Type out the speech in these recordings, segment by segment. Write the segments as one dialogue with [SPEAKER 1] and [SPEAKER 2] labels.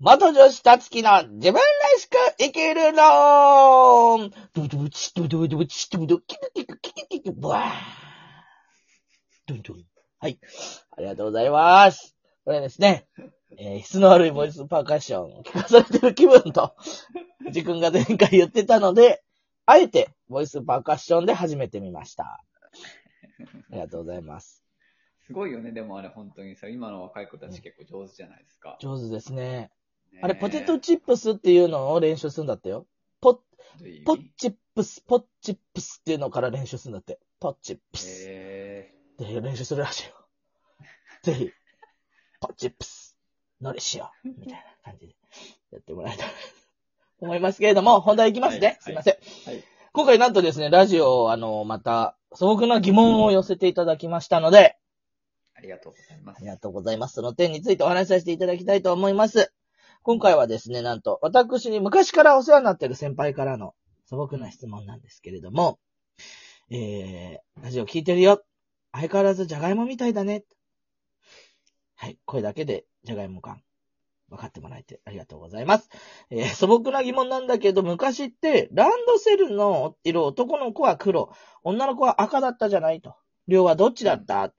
[SPEAKER 1] 元女子たつきの自分らしく生きる論ドゥドゥチドゥドゥドゥチドゥドゥキドゥキドゥキドゥキドゥブワードゥドゥはい。ありがとうございます。これですね、えー質の悪いボイスパーカッションを聞かされてる気分と、藤君が前回言ってたので、あえてボイスパーカッションで始めてみました。ありがとうございます。
[SPEAKER 2] すごいよね、でもあれ本当にさ、今の若い子たち結構上手じゃないですか。
[SPEAKER 1] 上手ですね。
[SPEAKER 2] ね
[SPEAKER 1] あれ、ポテトチップスっていうのを練習するんだってよ。ポッ
[SPEAKER 2] どういう意味
[SPEAKER 1] ポッチップス、ポッチップスっていうのから練習するんだって。ポッチップス
[SPEAKER 2] え
[SPEAKER 1] で練習するらしい よ。ぜひ、ポッチップス、のりしよう。みたいな感じでやってもらえたらと思いますけれども、本題いきますね。
[SPEAKER 2] はい
[SPEAKER 1] すいません、
[SPEAKER 2] はい
[SPEAKER 1] 今回なんとですね、ラジオをあの、また素朴な疑問を寄せていただきましたので、
[SPEAKER 2] ー、ありがとうございま
[SPEAKER 1] あ
[SPEAKER 2] す。
[SPEAKER 1] りがとうございます。その点についてお話しさせていただきたいと思います。今回はですね、なんと、私に昔からお世話になっている先輩からの素朴な質問なんですけれども、えー、ラジオ聞いてるよ。相変わらずジャガイモみたいだね。はい、声だけでジャガイモ感。分かってもらえてありがとうございます。えー、素朴な疑問なんだけど、昔って、ランドセルの色、男の子は黒、女の子は赤だったじゃないと。両はどっちだった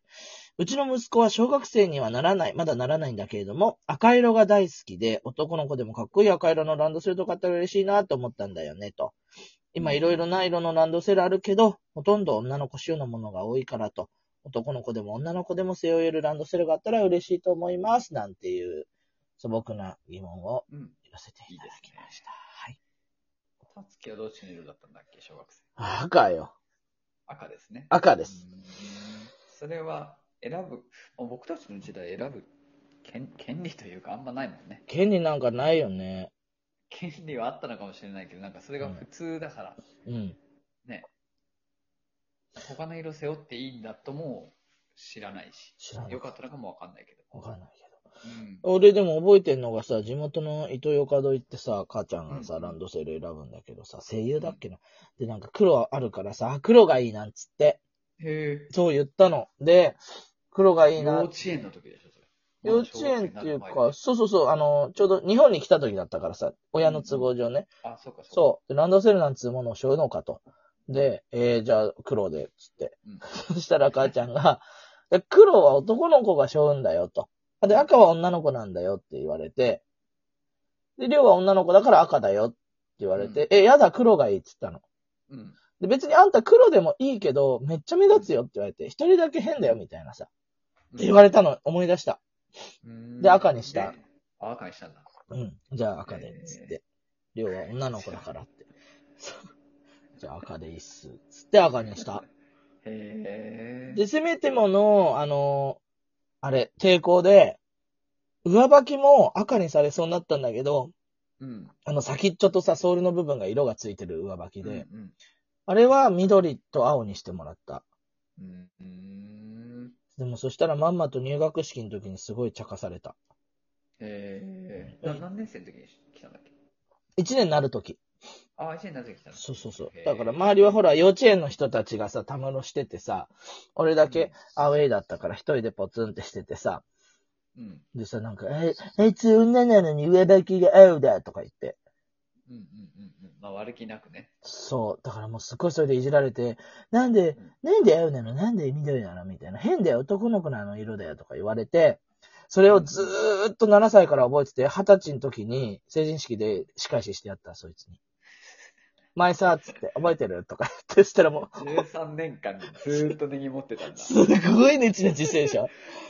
[SPEAKER 1] うちの息子は小学生にはならない、まだならないんだけれども、赤色が大好きで、男の子でもかっこいい赤色のランドセルとかあったら嬉しいなと思ったんだよね、と。今いろいろな色のランドセルあるけど、ほとんど女の子仕様のものが多いからと。男の子でも女の子でも背負えるランドセルがあったら嬉しいと思います、なんていう素朴な疑問を
[SPEAKER 2] うん。
[SPEAKER 1] 寄せていただきました。はい。
[SPEAKER 2] たつきはどっちの色だったんだっけ、小学生。
[SPEAKER 1] 赤よ。
[SPEAKER 2] 赤ですね。
[SPEAKER 1] 赤です。
[SPEAKER 2] うーん。それは、選ぶ、もう僕たちの時代選ぶ権権利というかあんまないもんね。
[SPEAKER 1] 権利なんかないよね。
[SPEAKER 2] 権利はあったのかもしれないけど、なんかそれが普通だから、
[SPEAKER 1] うん。
[SPEAKER 2] 他の色背負っていいんだとも知らないし、
[SPEAKER 1] 知らない。
[SPEAKER 2] よかったのかもわかんないけど。
[SPEAKER 1] わかんないけど。
[SPEAKER 2] うん。
[SPEAKER 1] 俺でも覚えてんのがさ、地元の糸ヨカド行ってさ、母ちゃんがさ、
[SPEAKER 2] うん
[SPEAKER 1] ランドセル選ぶんだけどさ、声優だっけな。で、なんか黒あるからさ、あ黒がいいなんつって、
[SPEAKER 2] へ
[SPEAKER 1] そう言ったの。で、黒がい
[SPEAKER 2] え。
[SPEAKER 1] い
[SPEAKER 2] 幼
[SPEAKER 1] な
[SPEAKER 2] 稚。園の時でしょ、それ。
[SPEAKER 1] 幼稚園っていう
[SPEAKER 2] まだ小学生になる前
[SPEAKER 1] か、そうそうそう、あの、ちょうど日本に来た時だったからさ、親の都合上ね。
[SPEAKER 2] あ、そうか、そうか。
[SPEAKER 1] そう。でランドセルなんつうものを背負うのかと。で、えー、じゃあ黒で、つって。
[SPEAKER 2] うん
[SPEAKER 1] そしたら母ちゃんが、で黒は男の子が背負うんだよ、と。で、赤は女の子なんだよって言われて、で、亮は女の子だから赤だよって言われて、え、やだ、黒がいいって言ったの。
[SPEAKER 2] うん。
[SPEAKER 1] で、別にあんた黒でもいいけど、めっちゃ目立つよって言われて、一人だけ変だよ、みたいなさ。って言われたの思い出した。
[SPEAKER 2] うん
[SPEAKER 1] で赤にした
[SPEAKER 2] であ赤にしたんだ。
[SPEAKER 1] うん。じゃあ赤で、つって。りょうは女の子だからって。 そうじゃあ赤でいいっす。つって赤にした。
[SPEAKER 2] へえ。
[SPEAKER 1] で、せめてもの、あの、あれ、抵抗で、上履きも赤にされそうになったんだけど、
[SPEAKER 2] うん。
[SPEAKER 1] あの先っちょとさ、ソールの部分が色がついてる上履きで、
[SPEAKER 2] うん
[SPEAKER 1] あれは緑と青にしてもらった。
[SPEAKER 2] うん。うん。
[SPEAKER 1] でもそしたらまんまと入学式の時にすごい茶化された。
[SPEAKER 2] へえ。な何年生の時に来たんだっけ
[SPEAKER 1] 一年になる時。
[SPEAKER 2] あ、一年なぜ来たの
[SPEAKER 1] そうそうそう
[SPEAKER 2] へ。ー
[SPEAKER 1] だから周りはほら、幼稚園の人たちがさ、たむろしててさ、俺だけアウェイだったから一人でポツンってしててさ、
[SPEAKER 2] うん。
[SPEAKER 1] でさ、なんか、えあいつ女なのに上履きが青だとか言って。
[SPEAKER 2] うんうんうんうん。まあ悪気なくね。
[SPEAKER 1] そう。だからもうすっごいそれでいじられて、なんで、なんで青なのなんで緑なのみたいな。変だよ、男の子のあの色だよとか言われて、それをずーっと7歳から覚えてて、20歳の時に成人式で仕返ししてやった、そいつに。前さ、つって、覚えてるとか言って、したらもう、
[SPEAKER 2] 13年間ずーっと根に持ってたんだ。
[SPEAKER 1] すごいネチネチしてるでしょ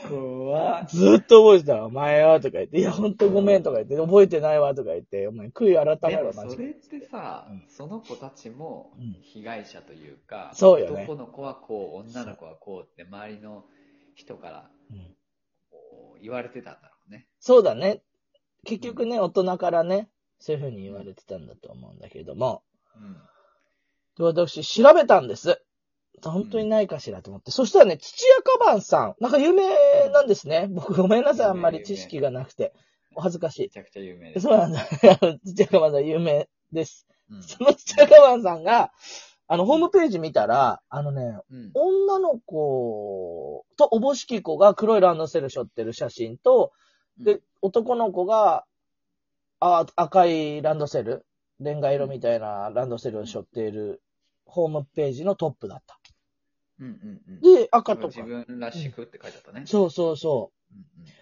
[SPEAKER 2] 怖っ。
[SPEAKER 1] ずーっと覚えてたわお前よ、とか言って、いや、ほんとごめん、とか言って、覚えてないわ、とか言って、お前、悔い改め
[SPEAKER 2] で
[SPEAKER 1] ろマ
[SPEAKER 2] も、
[SPEAKER 1] ジ
[SPEAKER 2] そ
[SPEAKER 1] で
[SPEAKER 2] れ。ってさ
[SPEAKER 1] うん、
[SPEAKER 2] その子たちも
[SPEAKER 1] うん
[SPEAKER 2] 被害者というか、
[SPEAKER 1] そうよね
[SPEAKER 2] 男の子はこう、女の子はこうって周りの人から
[SPEAKER 1] うん
[SPEAKER 2] こう言われてたんだろうね。
[SPEAKER 1] そうだね。結局ね、大人からね、そういうふうに言われてたんだと思うんだけれども、
[SPEAKER 2] うん。
[SPEAKER 1] で私、調べたんです。本当にないかしらと思って。そしたらね、土屋カバンさん、なんか有名なんですね。僕、ごめんなさい、あんまり知識がなくて。お恥ずか
[SPEAKER 2] め
[SPEAKER 1] し
[SPEAKER 2] ちゃくちゃ有名で
[SPEAKER 1] い。
[SPEAKER 2] す。
[SPEAKER 1] そうなんだ。 土屋カバンさん、有名です。
[SPEAKER 2] うん
[SPEAKER 1] そのチャカマンさんが、あの、ホームページ見たら、あのね、
[SPEAKER 2] うん。
[SPEAKER 1] 女の子とおぼしき子が黒いランドセル背負ってる写真と、
[SPEAKER 2] う
[SPEAKER 1] で
[SPEAKER 2] ん、
[SPEAKER 1] 男の子があ、赤いランドセルレンガ色みたいなランドセルを背負っているホームページのトップだった。
[SPEAKER 2] うんうんうん。
[SPEAKER 1] で、赤とか
[SPEAKER 2] 自。分らしくって書いてあったね。
[SPEAKER 1] そうそうそう。
[SPEAKER 2] うんうん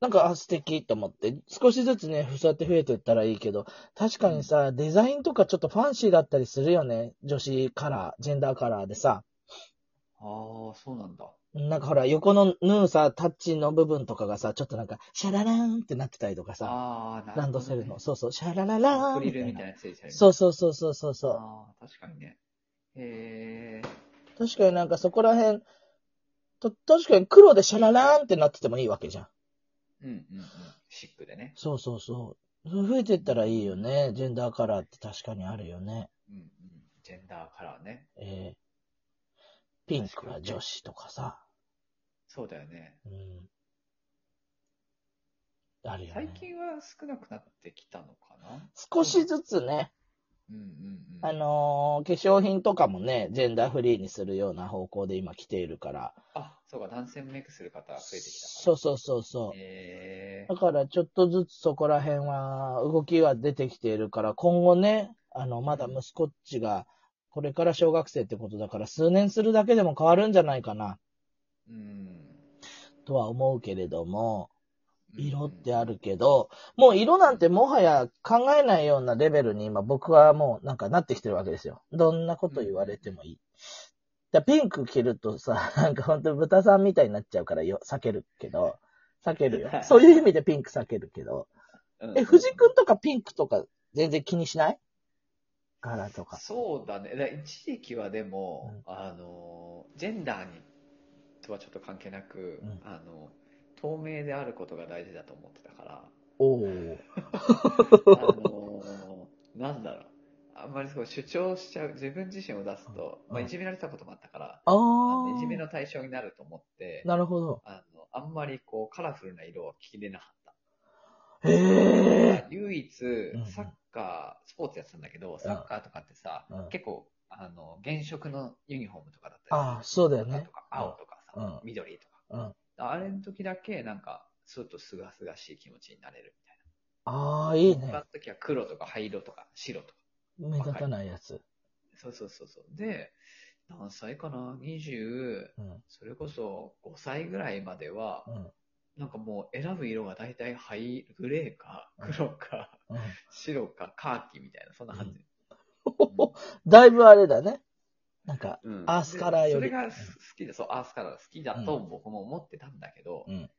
[SPEAKER 1] なんか、あ、素敵と思って。少しずつね、そうやって増えてったらいいけど、確かにさ、デザインとかちょっとファンシーだったりするよね。女子カラー、ジェンダーカラーでさ。
[SPEAKER 2] ああ、そうなんだ。
[SPEAKER 1] なんかほら、横のヌーさ、タッチの部分とかがさ、ちょっとなんか、シャララーンってなってたりとかさ、
[SPEAKER 2] ああ、なるほど、ね。
[SPEAKER 1] ランドセルの、そうそう、シャラララ
[SPEAKER 2] ア
[SPEAKER 1] ーン
[SPEAKER 2] ク
[SPEAKER 1] み
[SPEAKER 2] リルみ
[SPEAKER 1] た
[SPEAKER 2] た
[SPEAKER 1] い
[SPEAKER 2] い
[SPEAKER 1] な。
[SPEAKER 2] なやつでしたよね
[SPEAKER 1] そうそうそうそうそうそう。
[SPEAKER 2] ああ、確かにね。へえ。
[SPEAKER 1] 確かになんかそこら辺、と、確かに黒でシャララーンってなっててもいいわけじゃん。
[SPEAKER 2] うんうんうん。シックでね。
[SPEAKER 1] そうそうそう。そう増えてったらいいよね。ジェンダーカラーって確かにあるよね。
[SPEAKER 2] うんうん。ジェンダーカラーね。
[SPEAKER 1] えー、ピンクは女子とかさ。
[SPEAKER 2] そうだよね。
[SPEAKER 1] うん。あるよ
[SPEAKER 2] 最
[SPEAKER 1] ね。
[SPEAKER 2] 近は少なくなってきたのかな
[SPEAKER 1] 少しずつね、
[SPEAKER 2] うんうんうん。
[SPEAKER 1] あのー化粧品とかもね、ジェンダーフリーにするような方向で今来ているから。
[SPEAKER 2] あ、そうか、男性メイクする方が増えてきたから。
[SPEAKER 1] そうそうそうそう。
[SPEAKER 2] へえ
[SPEAKER 1] だからちょっとずつそこら辺は動きは出てきているから、今後ね、あの、まだ息子っちが、これから小学生ってことだから、数年するだけでも変わるんじゃないかな、
[SPEAKER 2] うん。
[SPEAKER 1] とは思うけれども、色ってあ
[SPEAKER 2] る。
[SPEAKER 1] るけど、もう色なんてもはや考えないようなレベルに今僕はもうなんかなってきてるわけですよ。どんなこと言われてもいい。だからピンク着るとさ、 なんか本当に豚さんみたいになっちゃうからよ、避けるけど、避ける よ。そういう意味でピンク避けるけど。
[SPEAKER 2] うん
[SPEAKER 1] え、藤井くんとかピンクとか全然気にしない柄とか。
[SPEAKER 2] そうだね。だから一時期はでも、
[SPEAKER 1] うん
[SPEAKER 2] あの、ジェンダーにとはちょっと関係なく、
[SPEAKER 1] うん
[SPEAKER 2] あの、透明であることが大事だと思ってた から、
[SPEAKER 1] おお。
[SPEAKER 2] あの、なんだろう。あんまりそう主張しちゃう、自分自身を出すと、
[SPEAKER 1] うん
[SPEAKER 2] まあ、
[SPEAKER 1] うん
[SPEAKER 2] いじめられたこともあったから、
[SPEAKER 1] あ
[SPEAKER 2] あのいじめ
[SPEAKER 1] ー。
[SPEAKER 2] の対象になると思って、
[SPEAKER 1] なるほど。
[SPEAKER 2] あのあんまりこうカラフルな色は着れなかった。
[SPEAKER 1] へえ。
[SPEAKER 2] 唯一
[SPEAKER 1] ん、
[SPEAKER 2] サッカー、スポーツやってたんだけど、サッカーとかってさ、
[SPEAKER 1] うん
[SPEAKER 2] 結構、あの、原色のユニフォームとかだったり
[SPEAKER 1] ああ、そうだよ
[SPEAKER 2] 赤
[SPEAKER 1] ね
[SPEAKER 2] と。か青とかさ、
[SPEAKER 1] うん
[SPEAKER 2] 緑とか。
[SPEAKER 1] うん。
[SPEAKER 2] あれの時だけ、なんか、スーッとすがすがしい気持ちになれるみたい
[SPEAKER 1] ああ、いい
[SPEAKER 2] な。
[SPEAKER 1] ね
[SPEAKER 2] 他の。時は黒とか灰色とか白とか。
[SPEAKER 1] 目立たないやつ。
[SPEAKER 2] そうそうそうそう。で、何歳かな ?20、
[SPEAKER 1] うん。
[SPEAKER 2] それこそ5歳ぐらいまでは
[SPEAKER 1] う、ん。
[SPEAKER 2] なんかもう選ぶ色が大体灰、グレーか、黒か、
[SPEAKER 1] うん、
[SPEAKER 2] 白か、カーキみたいな、そんな感じ。
[SPEAKER 1] だいぶあれだね。なんか、
[SPEAKER 2] うん
[SPEAKER 1] アースカラーより
[SPEAKER 2] でそれが好きで、そう、アースカラー好きだと僕も思ってたんだけど、
[SPEAKER 1] うん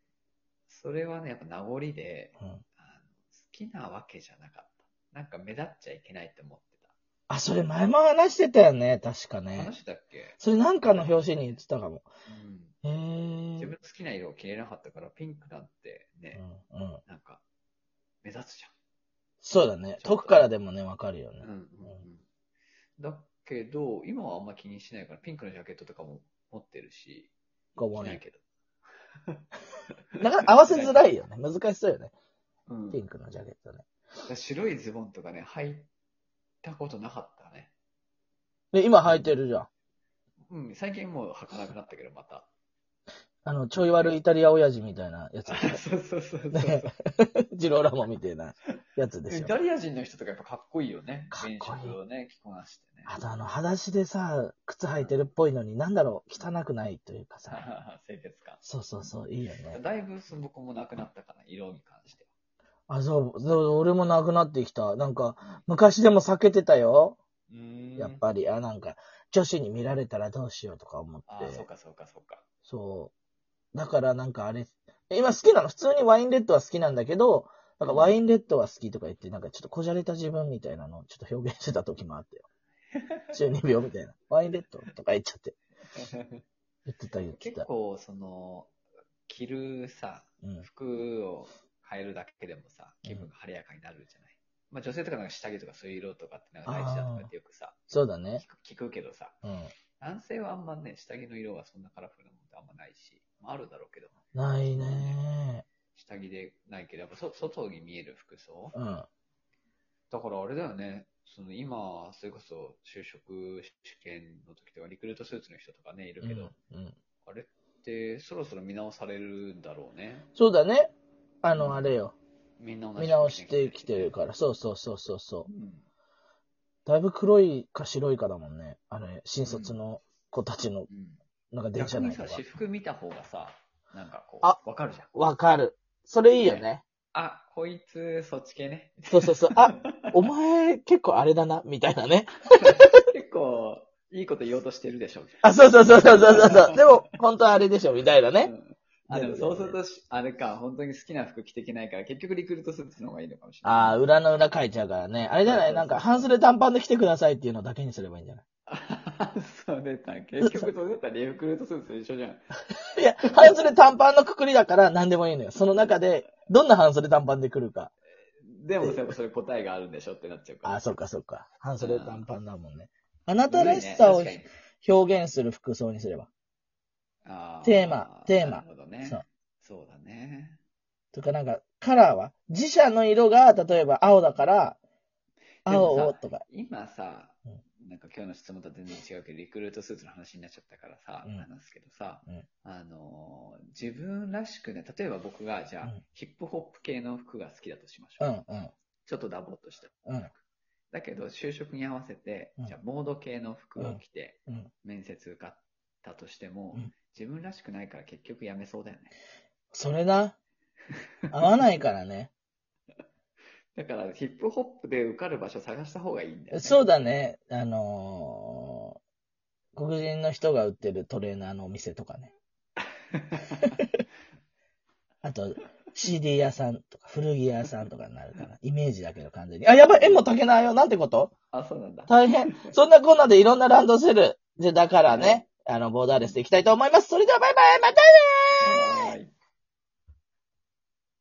[SPEAKER 2] それはね、やっぱ名残で、
[SPEAKER 1] うん。
[SPEAKER 2] あの好きなわけじゃなかった。なんか目立っちゃいけないって思って
[SPEAKER 1] あ、それ前も話してたよね。確か
[SPEAKER 2] た。
[SPEAKER 1] ね
[SPEAKER 2] 話。したっけ、
[SPEAKER 1] それなんかの表紙に言ってたかも。
[SPEAKER 2] うん、
[SPEAKER 1] へえ。
[SPEAKER 2] 自分の好きな色を着れなかったから、ピンクなんてね、
[SPEAKER 1] うん。うん。
[SPEAKER 2] なんか、目立つじ
[SPEAKER 1] そうだね。遠くからでもね、わかるよね
[SPEAKER 2] ゃん。。うんうんうんだけど、今はあんま気にしないから、ピンクのジャケットとかも持ってるし、
[SPEAKER 1] か
[SPEAKER 2] 着
[SPEAKER 1] わ
[SPEAKER 2] ないいけど。
[SPEAKER 1] い。なかなか合わせづらいよね。難しそうよね。
[SPEAKER 2] うん
[SPEAKER 1] ピンクのジャケットね。
[SPEAKER 2] 白いズボンとかね、履いたことなかったね。
[SPEAKER 1] で、今履いてるじゃん。
[SPEAKER 2] うん、最近もう履かなくなったけど、また。
[SPEAKER 1] あの、ちょい悪いイタリア親父みたいなやつ。
[SPEAKER 2] そう そうそうそう。
[SPEAKER 1] ね ジローラモみたいなやつです
[SPEAKER 2] イ
[SPEAKER 1] よ。
[SPEAKER 2] タリア人の人とかやっぱかっこいいよね。
[SPEAKER 1] かっこいい
[SPEAKER 2] 原色をね、着こなしてね。
[SPEAKER 1] あとあの、裸足でさ、靴履いてるっぽいのに、なんだろう、汚くないというかさ。
[SPEAKER 2] 清潔感。
[SPEAKER 1] そうそうそう、いいよね。
[SPEAKER 2] だいぶその僕もなくなったかな、色に関して
[SPEAKER 1] あ、そう、そう俺もなくなってきた。なんか、昔でも避けてたよ。
[SPEAKER 2] は。うーん。
[SPEAKER 1] やっぱり、あ、なんか、女子に見られたらどうしようとか思っ
[SPEAKER 2] ああ、そう
[SPEAKER 1] て。
[SPEAKER 2] かそうかそう か。
[SPEAKER 1] そう。だからなんかあれ、今好きなの、普通にワインレッドは好きなんだけど、なんかワインレッドは好きとか言って、なんかちょっとこじゃれた自分みたいなのをちょっと表現してた時もあ ってよ。12秒みたいな。ワインレッドとか言っちゃって。言ってた言って
[SPEAKER 2] 結
[SPEAKER 1] た。
[SPEAKER 2] 構、その、着るさ、
[SPEAKER 1] うん。
[SPEAKER 2] 服を変えるだけでもさ、気分が晴れやかになるじゃない。まあ女性とかなんか下着とかそういう色とかってなんか大事だとかってよくさ、
[SPEAKER 1] そうだね
[SPEAKER 2] 聞。く聞くけどさ、
[SPEAKER 1] うん。
[SPEAKER 2] 男性はあんまね、下着の色はそんなカラフルなものってあんまないし、まあ、あるだろうけど、
[SPEAKER 1] ないね。
[SPEAKER 2] 下着でないけど、やっぱそ外に見える服装。
[SPEAKER 1] うん。
[SPEAKER 2] だからあれだよね、その今、それこそ就職試験の時とか、リクルートスーツの人とかね、いる
[SPEAKER 1] う
[SPEAKER 2] け
[SPEAKER 1] ん
[SPEAKER 2] ど、。
[SPEAKER 1] うん
[SPEAKER 2] あれってそろそろ見直されるんだろうね。
[SPEAKER 1] そうだね。あ
[SPEAKER 2] うん
[SPEAKER 1] の、あれよ。
[SPEAKER 2] みんな同じ。
[SPEAKER 1] 見直してきてるから、そうそうそうそうそうう。
[SPEAKER 2] ん。
[SPEAKER 1] だいぶ黒いか白いかだもんね。あの、新卒の子たちの、
[SPEAKER 2] うん。
[SPEAKER 1] なんか電車
[SPEAKER 2] 逆
[SPEAKER 1] 内
[SPEAKER 2] に
[SPEAKER 1] と
[SPEAKER 2] さ、
[SPEAKER 1] か。
[SPEAKER 2] 私服見た方がさ、なんかこ
[SPEAKER 1] あ
[SPEAKER 2] う、わかるじゃん。
[SPEAKER 1] わかる。それいいよね。
[SPEAKER 2] あ、こいつ、そっち系 ね。
[SPEAKER 1] そうそうそう。あ、お前結構あれだな、みたいなね。
[SPEAKER 2] 結構、いいこと言おうとしてるでしょ、みたい
[SPEAKER 1] あ、そうそうそうそうそうそうそう。 でも、本当はあれでしょ、みたいな
[SPEAKER 2] な。
[SPEAKER 1] ね。
[SPEAKER 2] うんあ、でもそうするとし、あれか、本当に好きな服着てきないから、結局リクルートスーツの方がいいのかもしれ
[SPEAKER 1] あ
[SPEAKER 2] な
[SPEAKER 1] あ、
[SPEAKER 2] い。
[SPEAKER 1] 裏の裏書いちゃうからね。あれじゃないなんか、半袖短パンで来てくださいっていうのだけにすればいいんじゃない
[SPEAKER 2] あ、 そう出た。結局そう出た。リクルートスーツと一緒じゃん。
[SPEAKER 1] いや、半袖短パンのくくりだから何でもいいのよ。その中で、どんな半袖短パンで来るか。
[SPEAKER 2] でも、やっぱそれ答えがあるんでしょってなっちゃうから。
[SPEAKER 1] あ、そうかそうか。半袖短パンだもんね。あ
[SPEAKER 2] う、
[SPEAKER 1] なんたらしさを
[SPEAKER 2] 確かに
[SPEAKER 1] 表現する服装にすれば。
[SPEAKER 2] あー
[SPEAKER 1] テーマテーマ
[SPEAKER 2] なるほどね。
[SPEAKER 1] そ
[SPEAKER 2] そうう。だね。
[SPEAKER 1] とかなんか、カラーは自社の色が、例えば青だから、
[SPEAKER 2] でもさ
[SPEAKER 1] 青をとか。
[SPEAKER 2] 今さ
[SPEAKER 1] う、
[SPEAKER 2] なんか今日の質問とは全然違うけど、リクルートスーツの話になっちゃったからさ、
[SPEAKER 1] うん
[SPEAKER 2] なんですけどさ、
[SPEAKER 1] うん
[SPEAKER 2] あのー、自分らしくね、例えば僕がじゃあ、
[SPEAKER 1] うん
[SPEAKER 2] ヒップホップ系の服が好きだとしまし
[SPEAKER 1] う
[SPEAKER 2] ょう。
[SPEAKER 1] んうん。
[SPEAKER 2] ちょっとダボっとした。
[SPEAKER 1] うん
[SPEAKER 2] だけど、就職に合わせて、
[SPEAKER 1] うん
[SPEAKER 2] じゃあ、モード系の服を着て、
[SPEAKER 1] うん。
[SPEAKER 2] 面接受かったとしても、
[SPEAKER 1] うん
[SPEAKER 2] 自分らしくないから結局辞めそうだよね。
[SPEAKER 1] それな。合わないからね。
[SPEAKER 2] だから、ヒップホップで受かる場所探した方がいいんだよね。
[SPEAKER 1] そうだね。あのー黒人の人が売ってるトレーナーのお店とかね。あと、CD 屋さんとか、古着屋さんとかになるから、イメージだけど完全に。あ、やばい、絵も炊けないよ。なんてこと
[SPEAKER 2] あ、そうなんだ。
[SPEAKER 1] 大変。そんなこんなでいろんなランドセル。で、だからね、あの、ボーダーレスでいきたいと思います。それではバイバイまたねー
[SPEAKER 2] あー